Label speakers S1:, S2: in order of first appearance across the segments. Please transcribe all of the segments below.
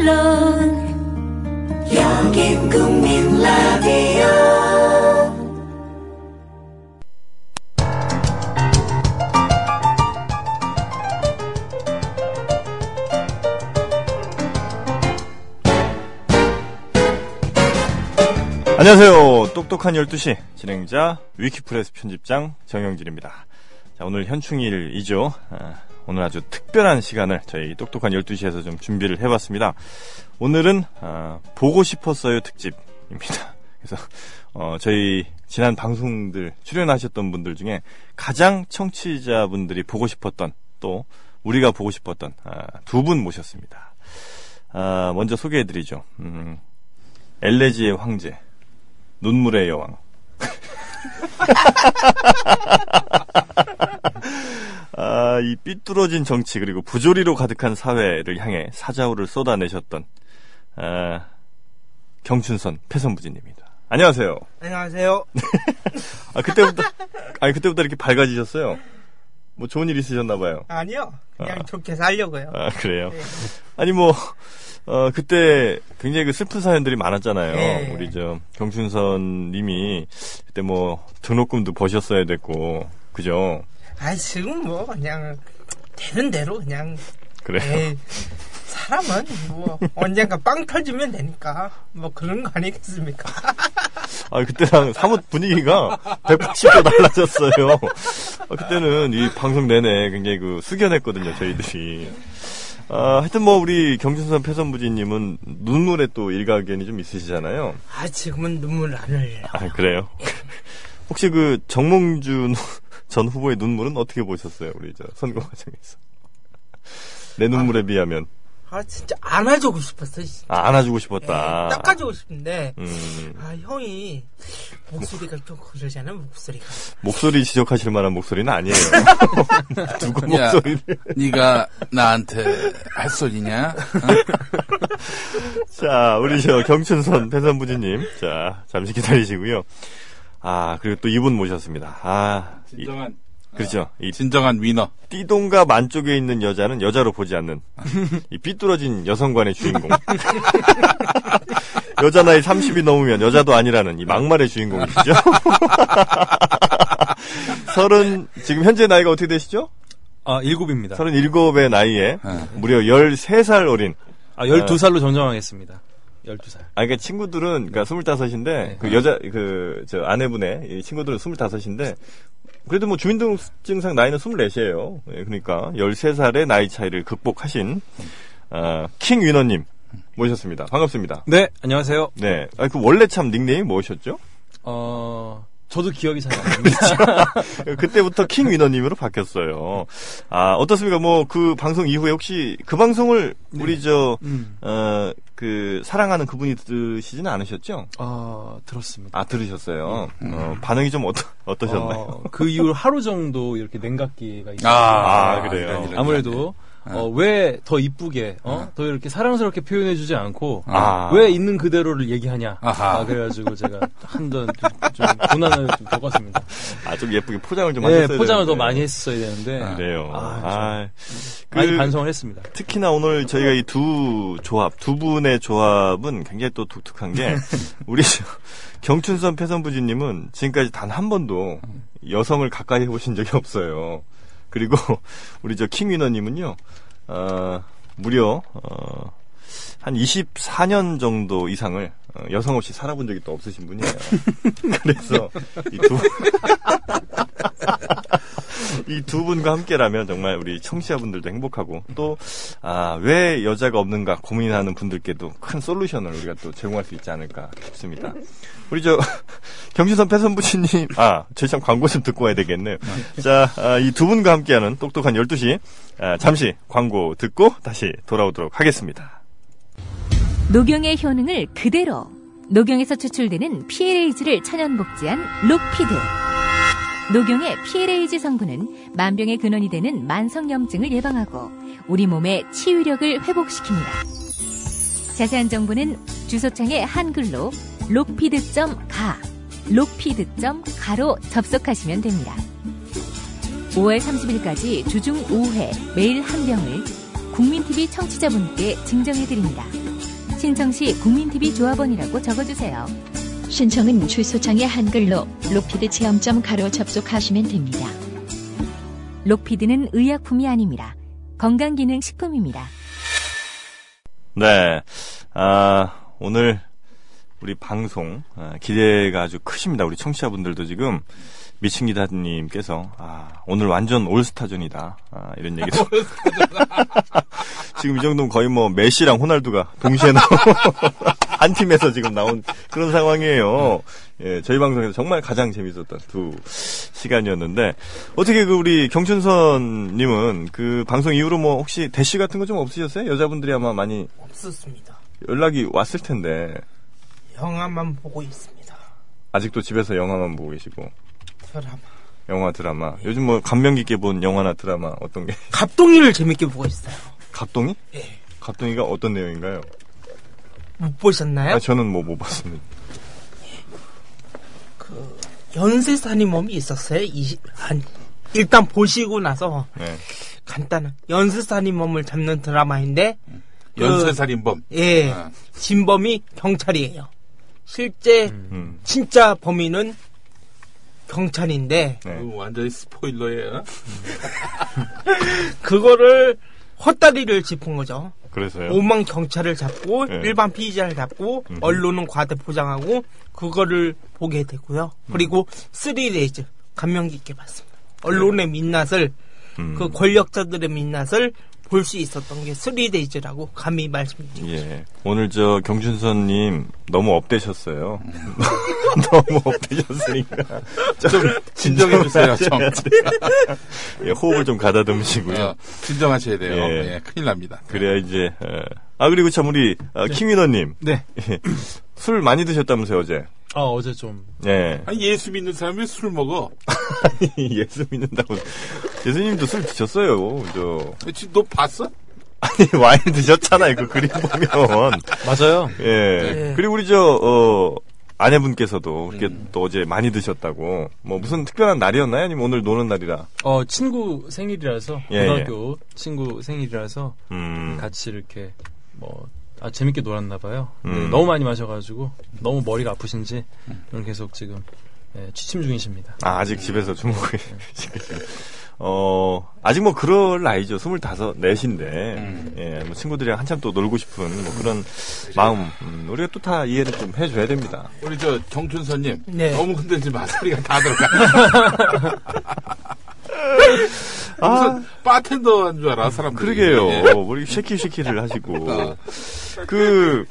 S1: 물론 여긴 국민 라디오
S2: 안녕하세요. 똑똑한 12시 진행자 위키프레스 편집장 정영진입니다. 자, 오늘 현충일이죠. 아, 오늘 아주 특별한 시간을 저희 똑똑한 12시에서 좀 준비를 해봤습니다. 오늘은 아, 보고 싶었어요 특집입니다. 그래서 어, 저희 지난 방송들 출연하셨던 분들 중에 가장 청취자분들이 보고 싶었던 또 우리가 보고 싶었던 아, 두 분 모셨습니다. 아, 먼저 소개해드리죠. 음, 엘레지의 황제, 눈물의 여왕. 아, 이 삐뚤어진 정치 그리고 부조리로 가득한 사회를 향해 사자우를 쏟아내셨던 아, 경춘선 패선부진입니다. 안녕하세요.
S3: 안녕하세요.
S2: 아 그때부터 아니 그때부터 이렇게 밝아지셨어요. 뭐 좋은 일 있으셨나 봐요.
S3: 아니요. 그냥
S2: 아.
S3: 좋게 살려고요.
S2: 아 그래요.
S3: 네.
S2: 아니 뭐 어, 그때 굉장히 그 슬픈 사연들이 많았잖아요.
S3: 예.
S2: 우리 저 경춘선 님이 그때 뭐 등록금도 버셨어야 됐고 그죠?
S3: 아니, 지금 뭐, 그냥, 되는 대로 그냥,
S2: 그래요.
S3: 에이, 사람은 뭐, 언젠가 빵 터지면 되니까, 뭐 그런 거 아니겠습니까?
S2: 아 그때랑 사뭇 분위기가 180도 달라졌어요. 아, 그때는 이 방송 내내 굉장히 그 숙연했거든요 저희들이. 아, 하여튼 뭐 우리 경춘선 패선부지님은 눈물에 또 일가견이 좀 있으시잖아요.
S3: 아, 지금은 눈물 안 흘려.
S2: 아 그래요?
S3: 예.
S2: 혹시 그 정몽준 전 후보의 눈물은 어떻게 보셨어요? 우리 저 선거 과정에서 내 눈물에 비하면
S3: 아, 진짜 안아주고 싶었어. 씨.
S2: 아, 안아주고 싶었다.
S3: 에이, 예, 닦아주고 싶은데,
S2: 음,
S3: 아, 형이, 목소리가 좀 그러잖아, 목소리가.
S2: 목소리 지적하실 만한 목소리는 아니에요. 누구
S4: 아니야.
S2: 목소리를?
S4: 네가 나한테 할 소리냐?
S2: 자, 우리 저 경춘선 패선부지님, 자 잠시 기다리시고요. 아 그리고 또 이분 모셨습니다. 아 이-
S4: 진정한
S2: 그렇죠. 이
S4: 진정한 위너.
S2: 띠동갑 안쪽에 있는 여자는 여자로 보지 않는 이 삐뚤어진 여성관의 주인공. 여자 나이 30이 넘으면 여자도 아니라는 이 막말의 주인공이시죠. 서른 지금 현재 나이가 어떻게 되시죠?
S5: 아, 일곱입니다.
S2: 37의 나이에 무려 13살 어린
S5: 아, 열두 살로 정정하겠습니다. 열두 살.
S2: 아, 그니까 친구들은, 그니까 25인데, 그 여자, 그, 저 아내분의 이 친구들은 25인데, 그래도 뭐 주민등록증상 나이는 24이에요. 그러니까 13살의 나이 차이를 극복하신, 아, 킹 위너님 모셨습니다. 반갑습니다.
S5: 네, 안녕하세요.
S2: 네. 아, 그 원래 참 닉네임이 뭐셨죠?
S5: 어, 저도 기억이 잘 안 납니다.
S2: 그때부터 킹 위너님으로 바뀌었어요. 아, 어떻습니까? 뭐 그 방송 이후에 혹시 그 방송을 우리 저,
S5: 음,
S2: 어, 그 사랑하는 그분이 들으시지는 않으셨죠?
S5: 어, 들었습니다.
S2: 아 들으셨어요. 어, 반응이 좀 어떠, 어떠셨나요?
S5: 음. 어, 그 이후로 하루 정도 이렇게 냉각기가 있어요.
S2: 아, 그래요.
S4: 이런, 이런.
S5: 아무래도, 어, 왜 더 이쁘게, 어? 더 이렇게 사랑스럽게 표현해주지 않고,
S2: 아.
S5: 왜 있는 그대로를 얘기하냐.
S4: 아하.
S5: 아, 그래가지고 제가 한段좀, 좀 고난을 좀 겪었습니다.
S2: 아 좀 예쁘게 포장을 좀
S5: 네,
S2: 하셨어요.
S5: 포장을 더 많이 했어야 되는데,
S2: 그래요.
S5: 아,
S2: 아, 네. 그,
S5: 많이 반성을 했습니다.
S2: 특히나 오늘 저희가 이 두 조합, 두 분의 조합은 굉장히 또 독특한 게 우리 저 경춘선 패선부지님은 지금까지 단 한 번도 여성을 가까이 해보신 적이 없어요. 그리고 우리 저 킹위너님은요, 어, 무려 어, 한 24년 정도 이상을 어, 여성 없이 살아본 적이 또 없으신 분이에요. 그래서 이두 이 두 분과 함께라면 정말 우리 청취자분들도 행복하고 또 아 왜 여자가 없는가 고민하는 분들께도 큰 솔루션을 우리가 또 제공할 수 있지 않을까 싶습니다. 우리 저 경신선 패선부치님 아 저희 참 광고 좀 듣고 와야 되겠네요. 자이 두 분과 함께하는 똑똑한 12시 아, 잠시 광고 듣고 다시 돌아오도록 하겠습니다.
S6: 녹용의 효능을 그대로 녹용에서 추출되는 PLAG를 천연복지한 록피드 녹용의 PLAG 성분은 만병의 근원이 되는 만성염증을 예방하고 우리 몸의 치유력을 회복시킵니다 자세한 정보는 주소창에 한글로 록피드.가 록피드.가로 접속하시면 됩니다 5월 30일까지 주중 5회 매일 한 병을 국민TV 청취자분께 증정해드립니다 신청 시 국민TV 조합원이라고 적어주세요.
S7: 신청은 주소창에 한글로 로피드 체험점 가로 접속하시면 됩니다.
S6: 록피드는 의약품이 아닙니다. 건강기능식품입니다.
S2: 네. 아, 오늘 우리 방송 아, 기대가 아주 크십니다. 우리 청취자분들도 지금 미친 기다님께서 아, 오늘 완전 올스타전이다. 아, 이런 얘기도 지금 이 정도면 거의 뭐 메시랑 호날두가 동시에 나온 한 팀에서 지금 나온 그런 상황이에요. 예, 저희 방송에서 정말 가장 재밌었던 두 시간이었는데 어떻게 그 우리 경춘선님은 그 방송 이후로 뭐 혹시 대시 같은 거 좀 없으셨어요? 여자분들이 아마 많이
S3: 없었습니다.
S2: 연락이 왔을 텐데
S3: 영화만 보고 있습니다.
S2: 아직도 집에서 영화만 보고 계시고
S3: 드라마.
S2: 영화 드라마 요즘 뭐 감명 깊게 본 영화나 드라마 어떤 게
S3: 갑동이를 재밌게 보고 있어요.
S2: 갑동이?
S3: 예.
S2: 갑동이가 어떤 내용인가요?
S3: 못 보셨나요?
S2: 아, 저는 뭐 못 봤습니다.
S3: 그 연쇄살인 몸이 있었어요. 이십 한 일단 보시고 나서
S2: 네.
S3: 간단한 연쇄살인 몸을 잡는 드라마인데 그
S4: 그 연쇄살인범.
S3: 예
S4: 아.
S3: 진범이 경찰이에요. 실제
S2: 음.
S3: 진짜 범인은 경찰인데
S2: 네.
S4: 이거 그 완전히 스포일러예요.
S3: 그거를 헛다리를 짚은 거죠.
S2: 그래서요.
S3: 예. 오만 경찰을 잡고
S2: 네.
S3: 일반 피의자를 잡고 언론은 과대 포장하고 그거를 보게 되고요.
S2: 음.
S3: 그리고 스리레이즈 감명 깊게 봤습니다. 언론의 민낯을
S2: 음.
S3: 그 권력자들의 민낯을 볼 수 있었던 게 스리데이즈라고 감히 말씀드립니다.
S2: 예. 오늘 저 경준선님 너무 업되셨어요. 너무 업되셨으니까
S4: 좀 진정해주세요, 정.
S2: 예, 호흡을 좀 가다듬으시고요.
S4: 어, 진정하셔야 돼요.
S2: 예.
S4: 예, 큰일 납니다.
S2: 그래야 이제 어. 아 그리고 참 우리 아, 킹위너님
S5: 네.
S2: 술 많이 드셨다면서요 어제?
S5: 아, 어제 좀.
S2: 예.
S4: 아니, 예수 믿는 사람이 왜 술 먹어?
S2: 예수 믿는다고. 예수님도 술 드셨어요. 저
S4: 지금 너 봤어?
S2: 아니 와인 드셨잖아요. 그 그림 보면.
S5: 맞아요.
S2: 예.
S3: 네.
S2: 그리고 우리 저 어. 아내분께서도 그렇게 또 어제 많이 드셨다고 뭐 무슨 특별한 날이었나요? 아니면 오늘 노는 날이라?
S5: 어, 친구 생일이라서,
S2: 예,
S5: 고등학교 친구 생일이라서
S2: 음.
S5: 같이 이렇게 뭐, 아, 재밌게 놀았나봐요. 네,
S2: 음.
S5: 너무 많이 마셔가지고, 너무 머리가 아프신지, 오늘 계속 지금, 예, 취침 중이십니다.
S2: 아, 아직 집에서 주무고 계시겠어요. 어, 아직 뭐 그럴 나이죠. 스물다섯, 넷인데. 예, 뭐 친구들이랑 한참 또 놀고 싶은 뭐 그런 마음. 음, 우리가 또 다 이해를 좀 해줘야 됩니다.
S4: 우리 저 경춘선님.
S3: 네.
S4: 너무 흔들지 마. 소리가 다 들어가. 무슨 바텐더인 줄 알아, 예. 사람들.
S2: 그러게요. 우리 쉐키쉐키를 하시고. 그,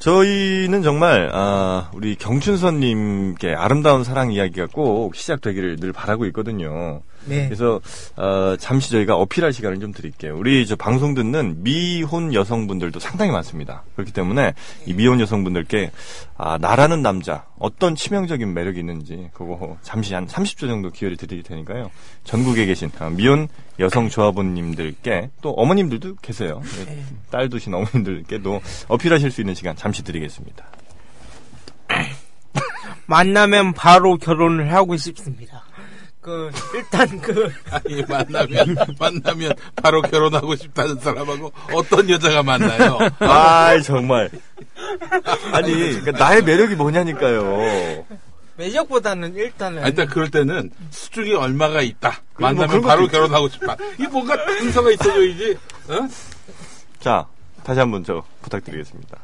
S2: 저희는 정말, 아, 우리 경춘선님께 아름다운 사랑 이야기가 꼭 시작되기를 늘 바라고 있거든요.
S3: 네.
S2: 그래서 어, 잠시 저희가 어필할 시간을 좀 드릴게요. 우리 저 방송 듣는 미혼 여성분들도 상당히 많습니다. 그렇기 때문에 이 미혼 여성분들께 아, 나라는 남자 어떤 치명적인 매력이 있는지 그거 잠시 한 30초 정도 기회를 드릴 테니까요. 전국에 계신 아, 미혼 여성 조합원님들께 또 어머님들도 계세요. 네. 딸 두신 어머님들께도 어필하실 수 있는 시간 잠시 드리겠습니다.
S3: 만나면 바로 결혼을 하고 싶습니다. 그 일단 그
S2: 예,
S4: 아니, 만나면, 만나면 바로 결혼하고 싶다는 사람하고 어떤 여자가 만나요?
S2: 아 정말 아니 그러니까 나의 매력이 뭐냐니까요.
S3: 매력보다는 일단은
S4: 아, 일단 그럴 때는 수중에 얼마가 있다.
S2: 그래, 뭐
S4: 만나면
S2: 그런 것도
S4: 바로
S2: 있지.
S4: 결혼하고 싶다. 이 뭔가 순서가 있어줘야지. 어?
S2: 자, 다시 한번 저 부탁드리겠습니다.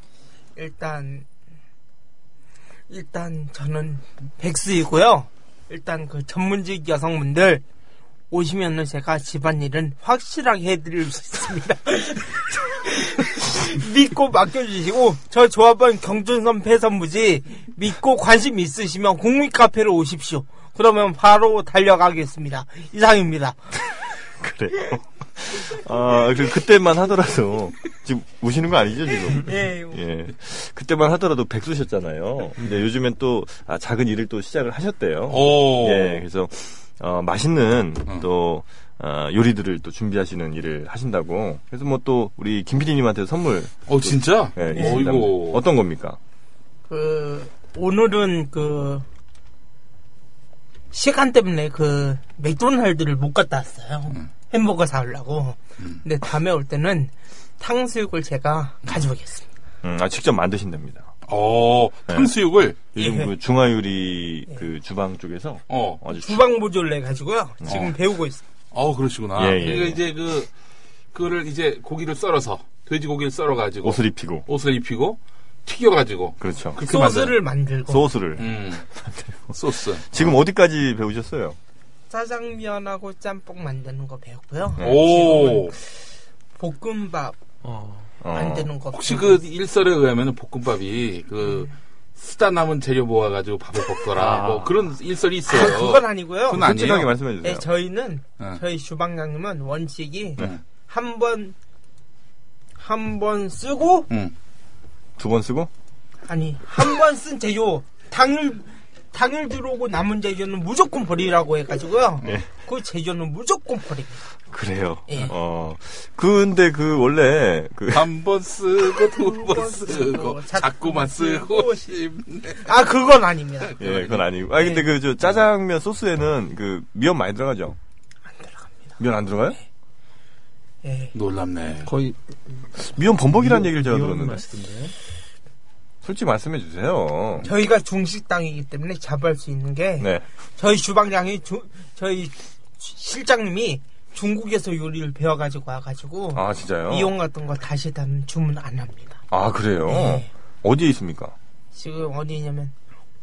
S3: 일단 일단 저는 백수이고요. 일단 그 전문직 여성분들 오시면은 제가 집안일은 확실하게 해드릴 수 있습니다. 믿고 맡겨주시고 저 조합원 경준선 폐선부지 믿고 관심 있으시면 공립 카페로 오십시오. 그러면 바로 달려가겠습니다. 이상입니다.
S2: 그래요. 아, 그, 그때만 하더라도, 지금 우시는 거 아니죠, 지금?
S3: 예, 뭐.
S2: 예. 그때만 하더라도 백수셨잖아요. 근데 요즘엔 또, 아, 작은 일을 또 시작을 하셨대요.
S4: 오.
S2: 예, 그래서, 어, 맛있는 또, 어, 요리들을 또 준비하시는 일을 하신다고. 그래서 뭐 또, 우리 김PD님한테 선물,
S4: 어, 진짜?
S2: 예, 있습니다.
S4: 어이구.
S2: 어떤 겁니까?
S3: 그 오늘은 그 시간 때문에 그 맥도날드를 못 갔다 왔어요. 햄버거 사오려고. 근데 다음에 올 때는 탕수육을 제가 가져오겠습니다.
S2: 음, 아, 직접 만드신답니다.
S4: 어,
S2: 예.
S4: 탕수육을,
S2: 요즘 그 중화요리 그 주방 쪽에서
S4: 어,
S2: 아주
S3: 주방 보조를 해가지고요. 지금 배우고 있어요.
S4: 어, 그러시구나.
S2: 예, 예,
S4: 그러니까
S2: 예.
S4: 이제 그, 그거를 이제 고기를 썰어서, 돼지고기를 썰어가지고,
S2: 옷을 입히고
S4: 옷을 입히고, 튀겨가지고,
S2: 그렇죠.
S4: 그렇게
S3: 소스를 만들고
S2: 소스를
S4: 만드는, 음, 소스.
S2: 지금 어디까지 배우셨어요?
S3: 짜장면하고 짬뽕 만드는 거 배웠고요.
S4: 음.
S2: 네.
S4: 오,
S3: 볶음밥
S5: 어,
S2: 어.
S3: 만드는 거.
S4: 혹시 그 일설에 의하면 볶음밥이 그, 쓰다 남은 재료 모아가지고 밥을 볶더라.
S5: 아.
S4: 뭐 그런 일설이 있어요.
S3: 아, 그건 아니고요.
S4: 그건 아니에요.
S2: 솔직하게 말씀해 주세요.
S3: 네, 저희는
S4: 네.
S3: 저희 주방장님은 원칙이
S4: 네.
S3: 한 번 한 번 쓰고
S4: 음.
S2: 두 번 쓰고
S3: 아니 한 번 쓴 재료 당일 당일 들어오고 남은 재료는 무조건 버리라고 해가지고요.
S2: 네.
S3: 그 재료는 무조건 버립니다.
S2: 그래요.
S3: 예.
S2: 어. 근데 그 원래 그
S4: 한 번 쓰고 두 번 쓰고
S3: 쓰고, 자꾸만
S4: 자꾸만 쓰고
S3: 쓰고
S4: 싶네.
S3: 아 그건 아닙니다.
S2: 예, 그건 아니고. 아
S3: 네.
S2: 근데 그 저 짜장면 소스에는 그 미역 많이 들어가죠.
S3: 안 들어갑니다. 네.
S2: 미역 안 들어가요?
S3: 예.
S4: 놀랍네.
S5: 거의
S2: 미역 범벅이라는 얘기를 제가
S5: 미운
S2: 들었는데.
S5: 그 맛이던데.
S2: 솔직히 말씀해 주세요.
S3: 저희가 중식당이기 때문에 자부할 수 있는 게
S2: 네.
S3: 저희 주방장이 주- 저희 실장님이 중국에서 요리를 배워가지고 와가지고
S2: 아 진짜요?
S3: 이용 같은 거 다시 다는 주문 안 합니다.
S2: 아 그래요.
S3: 예.
S2: 어디에 있습니까?
S3: 지금 어디냐면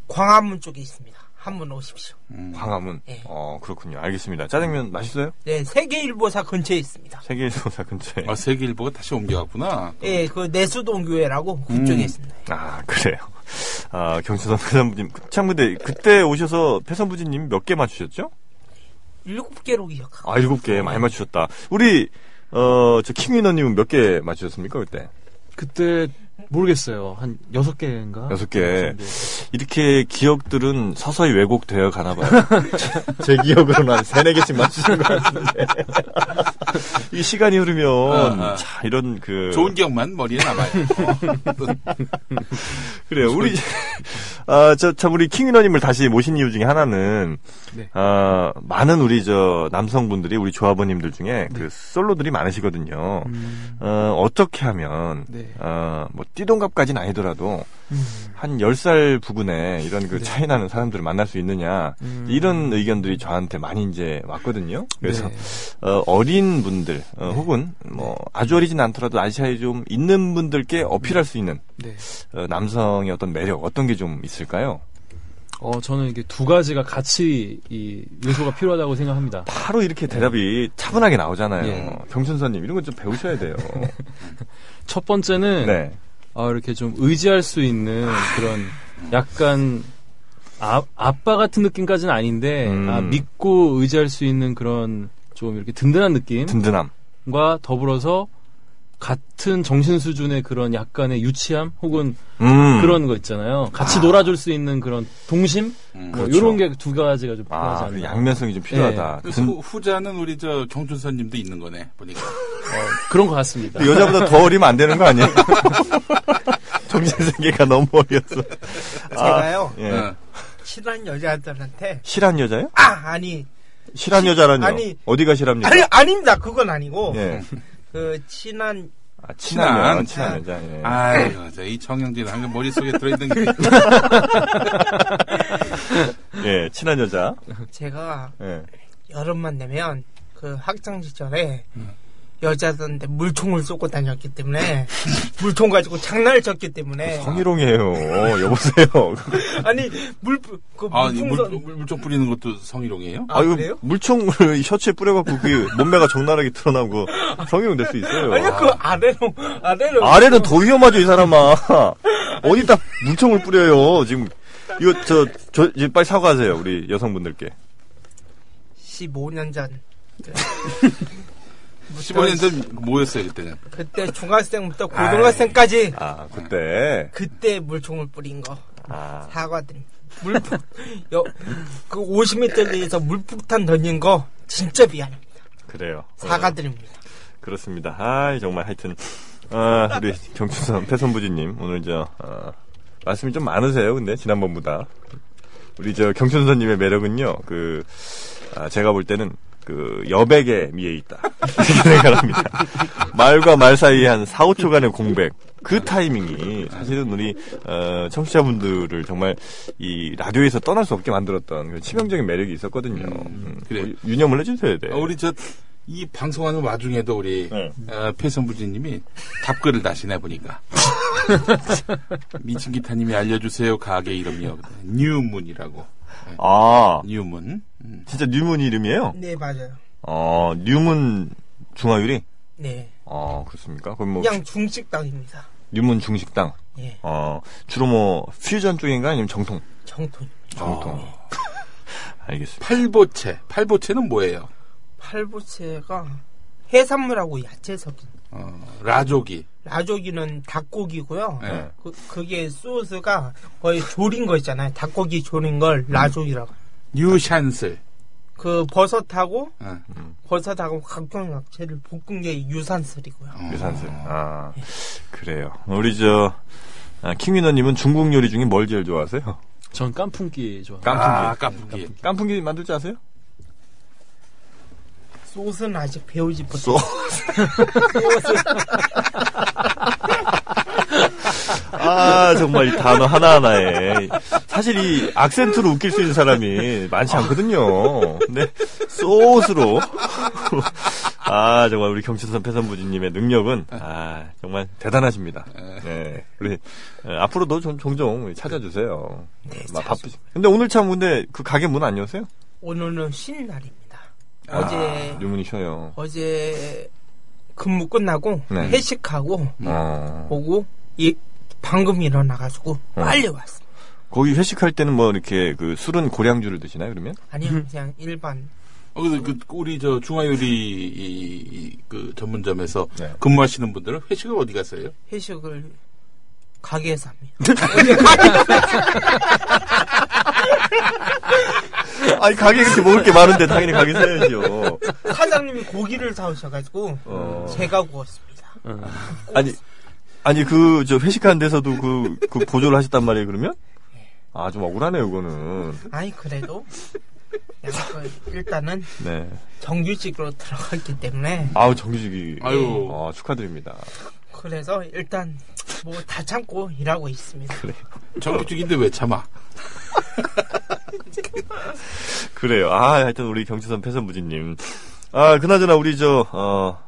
S3: 광화문 쪽에 있습니다. 한번 오십시오.
S2: 광화문.
S3: 예.
S2: 어 그렇군요. 알겠습니다. 짜장면 맛있어요?
S3: 네, 세계일보사 근처에 있습니다.
S2: 세계 소사 근처에.
S4: 아, 세계일보가 다시 옮겨갔구나.
S3: 예, 그 내수동 교회라고 그쪽에 있습니다.
S2: 아 그래요. 아 경춘선 회선부님 창무대 그때 오셔서 회선부진님 몇 개 맞추셨죠?
S3: 일곱 개로 기억하고.
S2: 아 일곱 개 많이 맞추셨다. 우리 어저 킹위너님은 몇 개 맞추셨습니까 그때?
S5: 그때 모르겠어요. 한 여섯 개인가? 네.
S2: 여섯 개. 이렇게 기억들은 서서히 왜곡되어 가나 봐요. 제 기억으로는 한 세네 개씩 맞추신 것 같은데. 이 시간이 흐르면,
S4: 아, 아.
S2: 자, 이런 그.
S4: 좋은 기억만 머리에 남아요. 어.
S2: 그래요. 우리, 아, 저, 참, 우리 킹위너님을 다시 모신 이유 중에 하나는,
S5: 네.
S2: 아, 많은 우리 저, 남성분들이, 우리 조합원님들 중에 그 솔로들이 많으시거든요.
S5: 네. 음,
S2: 어, 어떻게 하면,
S5: 네.
S2: 어, 뭐, 띠동갑까지는 아니더라도,
S5: 음. 네.
S2: 한 10살 부근에 이런 그 차이 나는 사람들을 만날 수 있느냐,
S5: 음.
S2: 이런 의견들이 저한테 많이 이제 왔거든요. 그래서,
S5: 네.
S2: 어, 린 분들, 어, 혹은, 뭐, 아주 어리진 않더라도 아시아에 좀 있는 분들께 어필할 수 있는,
S5: 네.
S2: 어, 남성의 어떤 매력, 어떤 게 좀 있을까요?
S5: 어, 저는 이게 두 가지가 같이 이 요소가 필요하다고 생각합니다.
S2: 바로 이렇게 대답이 차분하게 나오잖아요.
S5: 예.
S2: 경춘선님, 이런 건 좀 배우셔야 돼요.
S5: 첫 번째는
S2: 네.
S5: 아, 이렇게 좀 의지할 수 있는 그런 약간 아, 아빠 같은 느낌까지는 아닌데
S2: 음.
S5: 아, 믿고 의지할 수 있는 그런 좀 이렇게 든든한 느낌과
S2: 든든함.
S5: 더불어서 같은 정신 수준의 그런 약간의 유치함 혹은
S2: 음.
S5: 그런 거 있잖아요. 같이 놀아줄 수 있는 그런 동심
S4: 음.
S5: 뭐
S2: 그렇죠.
S5: 이런 게 두 가지가 좀 필요하지
S2: 아, 그
S5: 않나.
S2: 양면성이 좀 필요하다.
S4: 그
S2: 든-
S4: 후, 후자는 우리 저 경준선님도 있는 거네 보니까
S5: 어, 그런 것 같습니다.
S2: 여자보다 더 어리면 안 되는 거 아니에요? 정신 세계가 너무 어렸어.
S3: 제가요
S2: 예.
S4: 어.
S3: 친한 여자들한테
S2: 실한 여자요?
S3: 아 아니
S2: 실한 여자라니요?
S3: 아니.
S2: 어디가 실합니까?
S3: 아니 아닙니다. 그건 아니고
S2: 네. 예.
S3: 그 친한
S2: 아, 친한 여자,
S4: 친한.
S2: 친한 여자.
S4: 네.
S2: 예.
S4: 아이고 저이 청영진 한금 머릿속에 들어있는 게
S2: 예, 친한 여자.
S3: 제가
S2: 예.
S3: 여름만 되면 그 학창 시절에 여자들한테 물총을 쏘고 다녔기 때문에 물총 가지고 장난을 쳤기
S2: 아,
S3: 때문에
S2: 성희롱이에요. 어, 여보세요.
S3: 아니 물그
S4: 아, 이 물,
S3: 물풍선
S4: 물, 물좀 뿌리는 것도 성희롱이에요?
S3: 아,
S2: 이거
S3: 그래요?
S2: 물총을 셔츠에 뿌려갖고 그 몸매가 적나라하게 드러나고 성희롱 될 수 있어요.
S3: 아니요 그 아래로 아래로
S2: 아래는 더 위험하죠, 이 사람아. 어디다 물총을 뿌려요. 지금, 이거 저, 저, 이제 빨리 사과하세요. 우리 여성분들께.
S3: 15년 전 네.
S4: 15년 전 뭐였어요 그때는?
S3: 그때 중학생부터 고등학생까지
S2: 아, 그때.
S3: 그때 물총을 뿌린 거
S2: 아,
S3: 사과드립니다. 물폭 그 50m에서 물폭탄 던진 거 진짜 미안합니다.
S2: 그래요.
S3: 사과드립니다.
S2: 그렇습니다. 아, 정말 하여튼 아, 우리 경춘선 패선부지님 오늘 저 어, 말씀이 좀 많으세요. 근데 지난번보다 우리 저 경춘선님의 매력은요. 그 아, 제가 볼 때는 그 여백의 미에 있다 이렇게 생각합니다. 말과 말 사이에 한 4, 5초간의 공백 그 타이밍이 사실은 우리 어, 청취자분들을 정말 이 라디오에서 떠날 수 없게 만들었던 그런 치명적인 매력이 있었거든요. 음,
S4: 그래요.
S2: 뭐 유념을 해주셔야 돼.
S4: 어, 우리 저 이 방송하는 와중에도 우리
S2: 네.
S4: 어, 패선부지님이 답글을 다시 내보니까 미친기타님이 알려주세요 가게 이름이요 뉴문이라고
S2: 아
S4: 뉴문 음.
S2: 진짜 뉴문 이름이에요?
S3: 네, 맞아요.
S2: 어 뉴문 중화요리.
S3: 네.
S2: 아 그렇습니까? 그럼 뭐
S3: 그냥 중식당입니다.
S2: 뉴문 중식당.
S3: 예.
S2: 어 주로 뭐 퓨전 쪽인가 아니면 정통?
S3: 정통.
S4: 어.
S2: 정통. 알겠습니다.
S4: 팔보채 팔보채는 뭐예요?
S3: 팔보채가 해산물하고 야채 섞인.
S4: 어, 라조기
S3: 라조기는 닭고기고요.
S4: 예.
S2: 네.
S3: 그, 그게 소스가 거의 졸인 거 있잖아요. 닭고기 졸인 걸 라조기라고.
S4: 뉴샨슬
S3: 그 버섯하고
S4: 어.
S3: 버섯하고 각종 야채를 볶은 게 유산슬이고요.
S2: 유산슬. 아 그래요. 우리 저 아, 킹위너님은 중국 요리 중에 뭘 제일 좋아하세요?
S5: 전 깐풍기 좋아. 합
S2: 깐풍기.
S4: 아 깐풍기
S2: 깐풍기 만들 줄 아세요?
S3: 소스는 아직 배우지 못했어요.
S2: 아 정말 이 단어 하나 하나에 사실 이 악센트로 웃길 수 있는 사람이 많지 않거든요. 근데 소스로 아 정말 우리 경춘선 패선부지님의 능력은 아 정말 대단하십니다. 네 우리 에, 앞으로도 좀 종종 찾아주세요. 네, 막 바쁘. 근데 오늘 참 근데 그 가게 문 안 여세요?
S3: 오늘은 쉬는 날입니다.
S2: 아,
S3: 어제
S2: 유문이 쉬어요.
S3: 어제 근무 끝나고
S2: 네.
S3: 회식하고
S2: 어.
S3: 보고 이 방금 일어나가지고 빨리 왔습니다.
S2: 거기 회식할 때는 뭐 이렇게 그 술은 고량주를 드시나요 그러면?
S3: 아니요 그냥 일반
S4: 어, 그, 그, 우리 저 중화요리 이- 이- 그 전문점에서
S2: 네.
S4: 근무하시는 분들은 회식을 어디 가세요?
S3: 회식을 가게에서 합니다.
S2: 아니 가게 그렇게 먹을 게 많은데 당연히 가게 사야죠.
S3: 사장님이 고기를 사오셔가지고
S2: 어.
S3: 제가 구웠습니다.
S2: 아니 아니 그 저 회식하는 데서도 그, 그 보조를 하셨단 말이에요 그러면? 아 좀 억울하네요 그거는.
S3: 아니 그래도 그냥 그 일단은
S2: 네.
S3: 정규직으로 들어갔기 때문에
S2: 아우 정규직이.
S4: 아유.
S2: 아, 축하드립니다.
S3: 그래서 일단 뭐 다 참고 일하고 있습니다.
S4: 정규직인데 왜 참아?
S2: 그래요. 아 하여튼 우리 경치선 패선부지님. 아 그나저나 우리 저 어.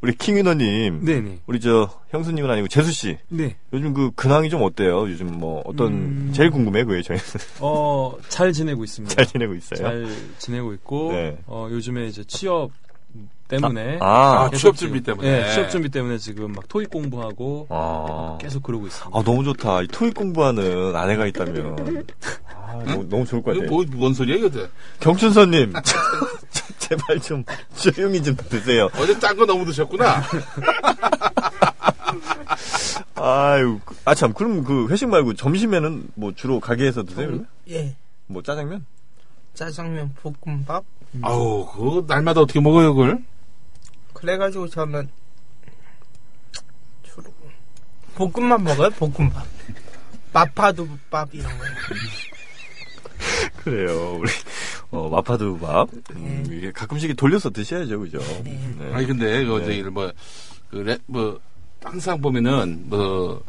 S2: 우리 킹윤호님.
S5: 네네.
S2: 우리 저 형수님은 아니고 재수 씨.
S5: 네.
S2: 요즘 그 근황이 좀 어때요? 요즘 뭐 어떤
S5: 음.
S2: 제일 궁금해 그게 저희는
S5: 어, 잘 지내고 있습니다.
S2: 잘 지내고 있어요.
S5: 잘 지내고 있고,
S2: 네.
S5: 어, 요즘에 이제 취업 때문에.
S2: 아,
S4: 아, 취업 준비
S5: 지금-
S4: 때문에.
S5: 네, 취업 준비 때문에 지금 막 토익 공부하고
S2: 아.
S5: 계속 그러고 있습니다.
S2: 아 너무 좋다. 이 토익 공부하는 아내가 있다면 아, 너무, 너무 좋을 것
S4: 이거
S2: 같아요.
S4: 뭐, 뭔 소리야, 이거.
S2: 경춘선님 저- 제발 좀 조용히 좀 드세요.
S4: 어제 짠 거 너무 드셨구나.
S2: 아유 아참 그럼 그 회식 말고 점심에는 뭐 주로 가게에서 드세요? 그러면?
S3: 예.
S2: 뭐 짜장면?
S3: 짜장면 볶음밥
S4: 아우, 그거 날마다 어떻게 먹어요, 그걸?
S3: 그래가지고 저는 주로 볶음밥 먹어요 볶음밥 마파두부밥 이런 거요
S2: 그래요. 우리 어, 마파두 밥 음, 이게 가끔씩 돌려서 드셔야죠, 그죠? 네.
S4: 아니, 근데, 그 어제, 일 뭐, 그, 레, 뭐, 항상 보면은, 뭐,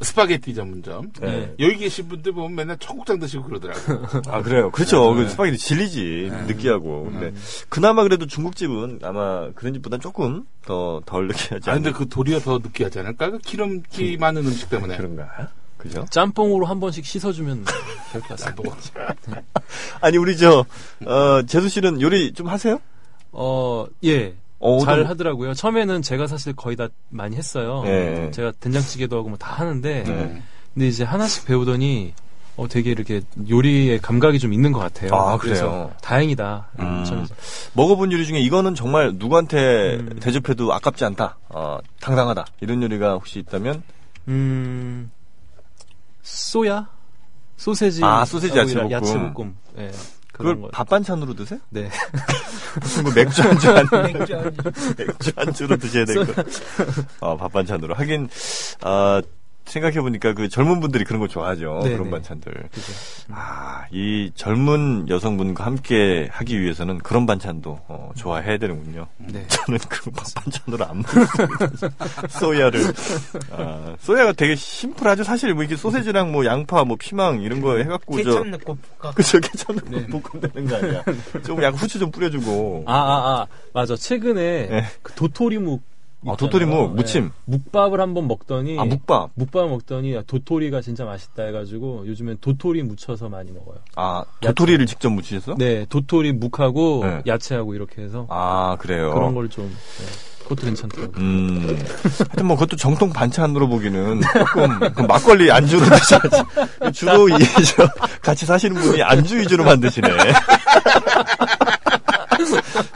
S4: 스파게티 전문점.
S2: 네.
S4: 여기 계신 분들 보면 맨날 청국장 드시고 그러더라고.
S2: 아 그래요. 그렇죠.
S4: 네.
S2: 그 스파게티 질리지 느끼하고. 근데 그나마 그래도 중국집은 아마 그런 집보다 조금 더 덜 느끼하지
S4: 아,
S2: 않나.
S4: 근데 그 도리어 더 느끼하지 않을까? 그 기름기 많은 음식 때문에.
S2: 그런가? 그죠?
S5: 짬뽕으로 한 번씩 씻어주면 될 것 같습니다.
S4: 뭐,
S2: 아니 우리 저 어, 재수 씨는 요리 좀 하세요?
S5: 어, 예.
S2: 어,
S5: 잘
S2: 어떤-
S5: 하더라고요. 처음에는 제가 사실 거의 다 많이 했어요.
S2: 네.
S5: 제가 된장찌개도 하고 뭐 다 하는데,
S2: 네.
S5: 근데 이제 하나씩 배우더니, 어, 되게 이렇게 요리의 감각이 좀 있는 것 같아요.
S2: 아,
S5: 그래서
S2: 그래요?
S5: 다행이다.
S2: 음.
S5: 저는
S2: 먹어본 요리 중에 이거는 정말 누구한테
S5: 음.
S2: 대접해도 아깝지 않다. 어, 당당하다. 이런 요리가 혹시 있다면
S5: 음, 소야? 소세지.
S2: 아, 소세지 야채
S5: 하고
S2: 볶음.
S5: 야채 볶음. 예.
S2: 그걸
S5: 그런 거.
S2: 밥 반찬으로 드세요?
S5: 네.
S2: 무슨 뭐 맥주 한잔
S3: 맥주 한 잔.
S2: 네, 맥주 안주로 드셔야 될 거. 어, 밥 반찬으로. 하긴, 아, 생각해보니까 그 젊은 분들이 그런 거 좋아하죠.
S5: 네,
S2: 그런
S5: 네.
S2: 반찬들.
S5: 그죠. 음.
S2: 아, 이 젊은 여성분과 함께 하기 위해서는 그런 반찬도 어, 좋아해야 되는군요.
S5: 네.
S2: 저는 그런 밥 반찬으로 안 먹습니다. 소야를. 아, 소야가 되게 심플하죠. 사실 뭐 이게 소세지랑 뭐 양파, 뭐 피망 이런 거 해갖고 저
S3: 케첩 넣고 볶아.
S2: 그저 괜찮은 거 볶음되는 거 아니야? 좀 약간 후추 좀 뿌려주고.
S5: 네. 아, 아, 아. 맞아. 최근에
S2: 네.
S5: 그 도토리묵.
S2: 아,
S5: 있잖아요.
S2: 도토리묵, 무침.
S5: 네. 묵밥을 한번 먹더니.
S2: 아 묵밥.
S5: 묵밥 먹더니 야, 도토리가 진짜 맛있다 해가지고 요즘엔 도토리 무쳐서 많이 먹어요.
S2: 아 도토리를 직접 무치셨어?
S5: 네, 도토리 묵하고
S2: 네.
S5: 야채하고 이렇게 해서
S2: 아 그래요.
S5: 그런 걸 좀. 네, 그것도 괜찮더라고요.
S2: 음. 하여튼 뭐 그것도 정통 반찬으로 보기는 조금 그 막걸리 안주로 드셔야지. 주로 이, 저, 같이 사시는 분이 안주 위주로 만드시네.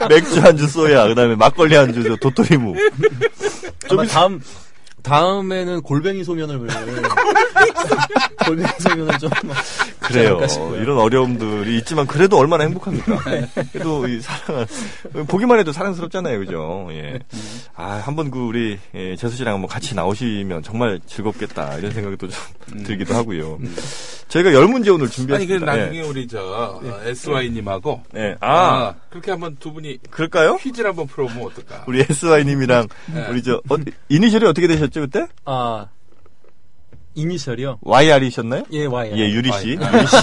S2: 맥주 안주 소야, 그 다음에 막걸리 안주 저 도토리묵.
S5: 아마 다음 다음에는 골뱅이 소면을 골뱅이 소면을 좀
S2: 그래요.
S5: 않을까 싶고요.
S2: 이런 어려움들이 있지만 그래도 얼마나 행복합니까?
S4: 네.
S2: 그래도 이 사랑 보기만 해도 사랑스럽잖아요, 그죠?
S4: 네.
S2: 예. 아 한번 그 우리 예, 재수 씨랑 한번 같이 나오시면 정말 즐겁겠다 이런 생각이 또 좀 들기도 하고요. 저희가 열 문제 오늘
S4: 음. 아니 그
S2: 준비했습니다.
S4: 나중에 우리 저 어, SY님하고
S2: 예. 예. 네. 아,
S4: 그렇게 한번 두 분이
S2: 그럴까요?
S4: 퀴즈를 한번 풀어보면 어떨까?
S2: 우리 SY님이랑
S4: 네.
S2: 우리 저 어, 이니셜이 어떻게 되셨죠 그때?
S5: 아 이니셜이요?
S2: YR이셨나요?
S5: 예, 와요.
S2: 예, 유리 씨. 유리 씨. 유리 씨.